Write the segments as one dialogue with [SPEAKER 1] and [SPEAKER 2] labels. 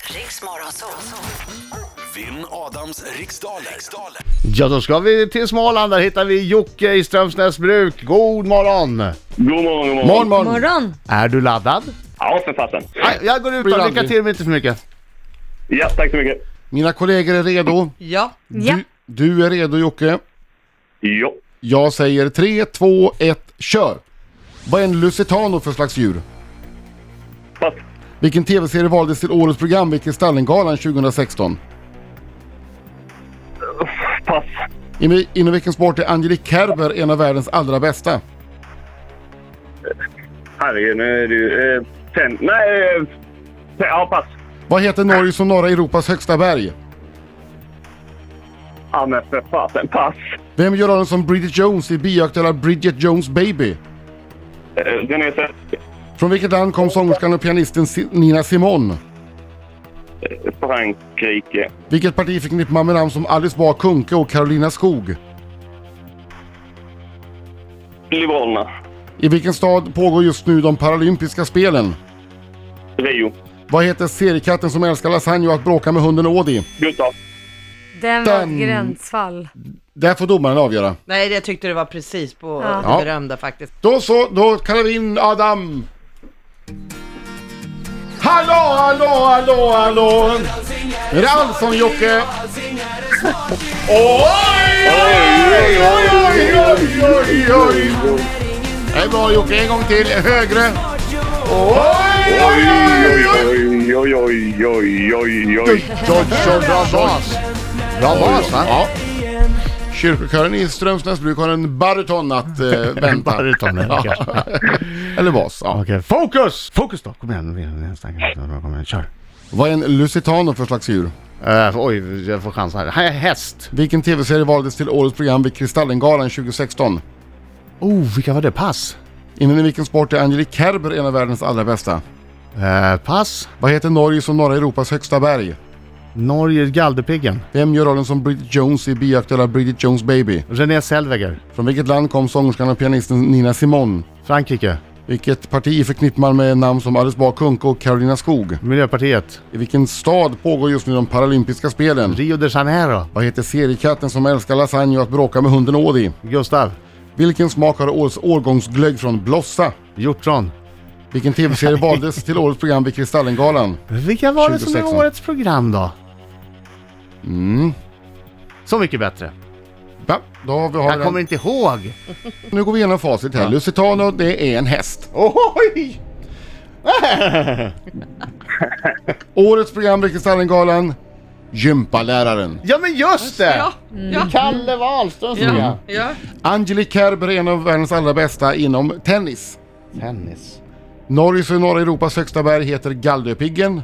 [SPEAKER 1] Riks Morgonzoo.
[SPEAKER 2] Vinn Adams riksdaler. riksdaler.
[SPEAKER 3] Ja, då ska vi till Småland. Där hittar vi Jocke i Strömsnäsbruk. God morgon!
[SPEAKER 4] God morgon, god morgon.
[SPEAKER 3] Morgon, morgon!
[SPEAKER 5] Morgon!
[SPEAKER 3] Är du laddad?
[SPEAKER 4] Ja, för fasen.
[SPEAKER 3] Nej, jag går ut
[SPEAKER 6] Blir
[SPEAKER 3] då. Lycka
[SPEAKER 6] aldrig.
[SPEAKER 3] till men inte för mycket.
[SPEAKER 4] Ja, tack så mycket.
[SPEAKER 6] Mina kollegor är redo.
[SPEAKER 7] Ja.
[SPEAKER 5] Ja,
[SPEAKER 6] Du är redo Jocke.
[SPEAKER 4] Jo.
[SPEAKER 6] Jag säger 3, 2, 1, kör! Vad är en lusitano för slags djur?
[SPEAKER 4] Pass.
[SPEAKER 6] Vilken tv-serie valdes till årets program vid Kristallengalan 2016?
[SPEAKER 4] Pass.
[SPEAKER 6] Inom, inom vilken sport är Angelique Kerber en av världens allra bästa?
[SPEAKER 4] Herregud, nu är du... Eh, ten. Nej, eh, ten. ja, pass.
[SPEAKER 6] Vad heter Norge som norra Europas högsta berg?
[SPEAKER 4] Ja, men för fasen. Pass.
[SPEAKER 6] Vem gör rollen som Bridget Jones i bioaktuella Bridget Jones Baby?
[SPEAKER 4] Eh, den är så...
[SPEAKER 6] Från vilket land kom sångerskan och pianisten Si- Nina Simone?
[SPEAKER 4] eh, Frankrike.
[SPEAKER 6] Vilket parti förknippar man med namn som Alice Bah Kuhnke och Carolina Skog?
[SPEAKER 4] Liberalerna.
[SPEAKER 6] I vilken stad pågår just nu de paralympiska spelen?
[SPEAKER 4] Rio.
[SPEAKER 6] Vad heter seriekatten som älskar lasagne och att bråka med hunden Ådi?
[SPEAKER 4] Gustav.
[SPEAKER 5] den var
[SPEAKER 6] Den-
[SPEAKER 5] ett gränsfall.
[SPEAKER 6] Där får domaren avgöra.
[SPEAKER 7] Nej, jag tyckte det var precis på
[SPEAKER 5] Ja.
[SPEAKER 6] Ja.
[SPEAKER 7] det berömda faktiskt.
[SPEAKER 6] Då så, då kallar vi in Adam! Hallå, hallå, hallå, hallå! Nu är det Allsång-Jocke! Oj, oj, oj, oj, oj, oj, oj! Det är bra Jocke, en gång till, högre! Oj, oj, oj, oj!
[SPEAKER 4] oj, oj, oj, oj, oj, oj.
[SPEAKER 3] Dodge och bra bas. Bra bas va?
[SPEAKER 6] Ja. Kyrkokören i Strömsnäsbruk har en baryton att eh, vänta.
[SPEAKER 3] Baryton, ja,
[SPEAKER 6] ja. Eller bas. Ja.
[SPEAKER 3] Okej, fokus! Fokus då! Kom igen, kom igen, kom igen, kom igen. kör!
[SPEAKER 6] Vad är en lusitano för slags djur?
[SPEAKER 3] Eh, oj, jag får chans här. Här är häst!
[SPEAKER 6] Vilken tv-serie valdes till årets program vid Kristallengalan 2016?
[SPEAKER 3] Oh, vilka var det? Pass!
[SPEAKER 6] Inom i vilken sport är Angelique Kerber en av världens allra bästa?
[SPEAKER 3] Eh, pass!
[SPEAKER 6] Vad heter Norge som norra Europas högsta berg?
[SPEAKER 3] Norge, Galdhöpiggen.
[SPEAKER 6] Vem gör rollen som Bridget Jones i bioaktuella Bridget Jones Baby?
[SPEAKER 3] René Zellweger.
[SPEAKER 6] Från vilket land kom sångerskan och pianisten Nina Simone?
[SPEAKER 3] Frankrike.
[SPEAKER 6] Vilket parti förknippar man med namn som Alice Bah Kuhnke och Carolina Skog?
[SPEAKER 3] Miljöpartiet.
[SPEAKER 6] I vilken stad pågår just nu de paralympiska spelen?
[SPEAKER 3] Rio de Janeiro.
[SPEAKER 6] Vad heter seriekatten som älskar lasagne och att bråka med hunden Ådi?
[SPEAKER 3] Gustav.
[SPEAKER 6] Vilken smak har årets årgångsglögg från Blossa?
[SPEAKER 3] Hjortron.
[SPEAKER 6] Vilken tv-serie valdes till årets program vid Kristallengalan?
[SPEAKER 3] Vilka var det som var
[SPEAKER 6] 2016?
[SPEAKER 3] årets program då? Mm. Så mycket bättre.
[SPEAKER 6] Va? Då har vi har
[SPEAKER 3] Jag
[SPEAKER 6] den.
[SPEAKER 3] kommer inte ihåg.
[SPEAKER 6] Nu går vi igenom facit här. Lusitano, det är en häst.
[SPEAKER 3] Oj!
[SPEAKER 6] Årets program vid Kristallengalan, Gympaläraren.
[SPEAKER 3] Ja men just det! Mm.
[SPEAKER 7] Ja, ja,
[SPEAKER 3] Kalle Wahlström som
[SPEAKER 7] ja,
[SPEAKER 3] jag.
[SPEAKER 7] ja.
[SPEAKER 6] Angelique Kerber är en av världens allra bästa inom tennis.
[SPEAKER 3] Tennis.
[SPEAKER 6] Norges och norra Europas högsta berg heter Galdhöpiggen.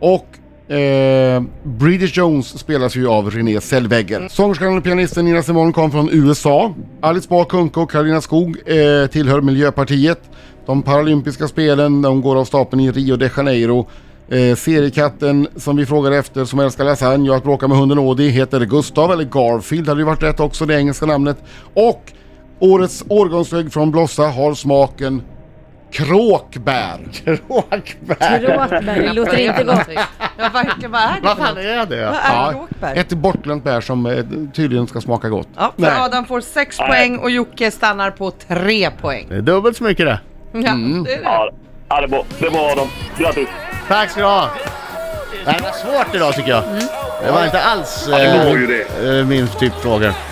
[SPEAKER 6] Och eh, Bridget Jones spelas ju av Renée Zellweger. Sångerskan och pianisten Nina Simone kom från USA. Alice Bah Kuhnke och Karolina Skog eh, tillhör Miljöpartiet. De paralympiska spelen, de går av stapeln i Rio de Janeiro. Eh, seriekatten som vi frågar efter som älskar lasagne och att bråka med hunden Ådi heter Gustav, eller Garfield hade ju varit rätt också, det engelska namnet. Och årets årgångsvägg från Blossa har smaken kråkbär.
[SPEAKER 3] Kråkberg.
[SPEAKER 5] Gråtberg, det låter inte gott.
[SPEAKER 7] Jag verkar, typ? vad är det
[SPEAKER 3] Vad
[SPEAKER 7] för
[SPEAKER 3] fan
[SPEAKER 7] något?
[SPEAKER 3] är det?
[SPEAKER 7] Vad är kråkbär?
[SPEAKER 6] Ett bortglömt bär som eh, tydligen ska smaka gott.
[SPEAKER 7] Ja, för Adam får sex poäng och Jocke stannar på tre poäng.
[SPEAKER 3] Det är dubbelt så mycket det.
[SPEAKER 7] Ja, det är det.
[SPEAKER 4] Ja, ja, det är bra. Det är bra, Adam. Grattis.
[SPEAKER 3] Tack ska du ha.
[SPEAKER 7] Mm.
[SPEAKER 3] Det här var svårt idag tycker jag. Det var inte alls
[SPEAKER 4] det
[SPEAKER 3] eh,
[SPEAKER 4] var ju det.
[SPEAKER 3] eh, min typ frågor.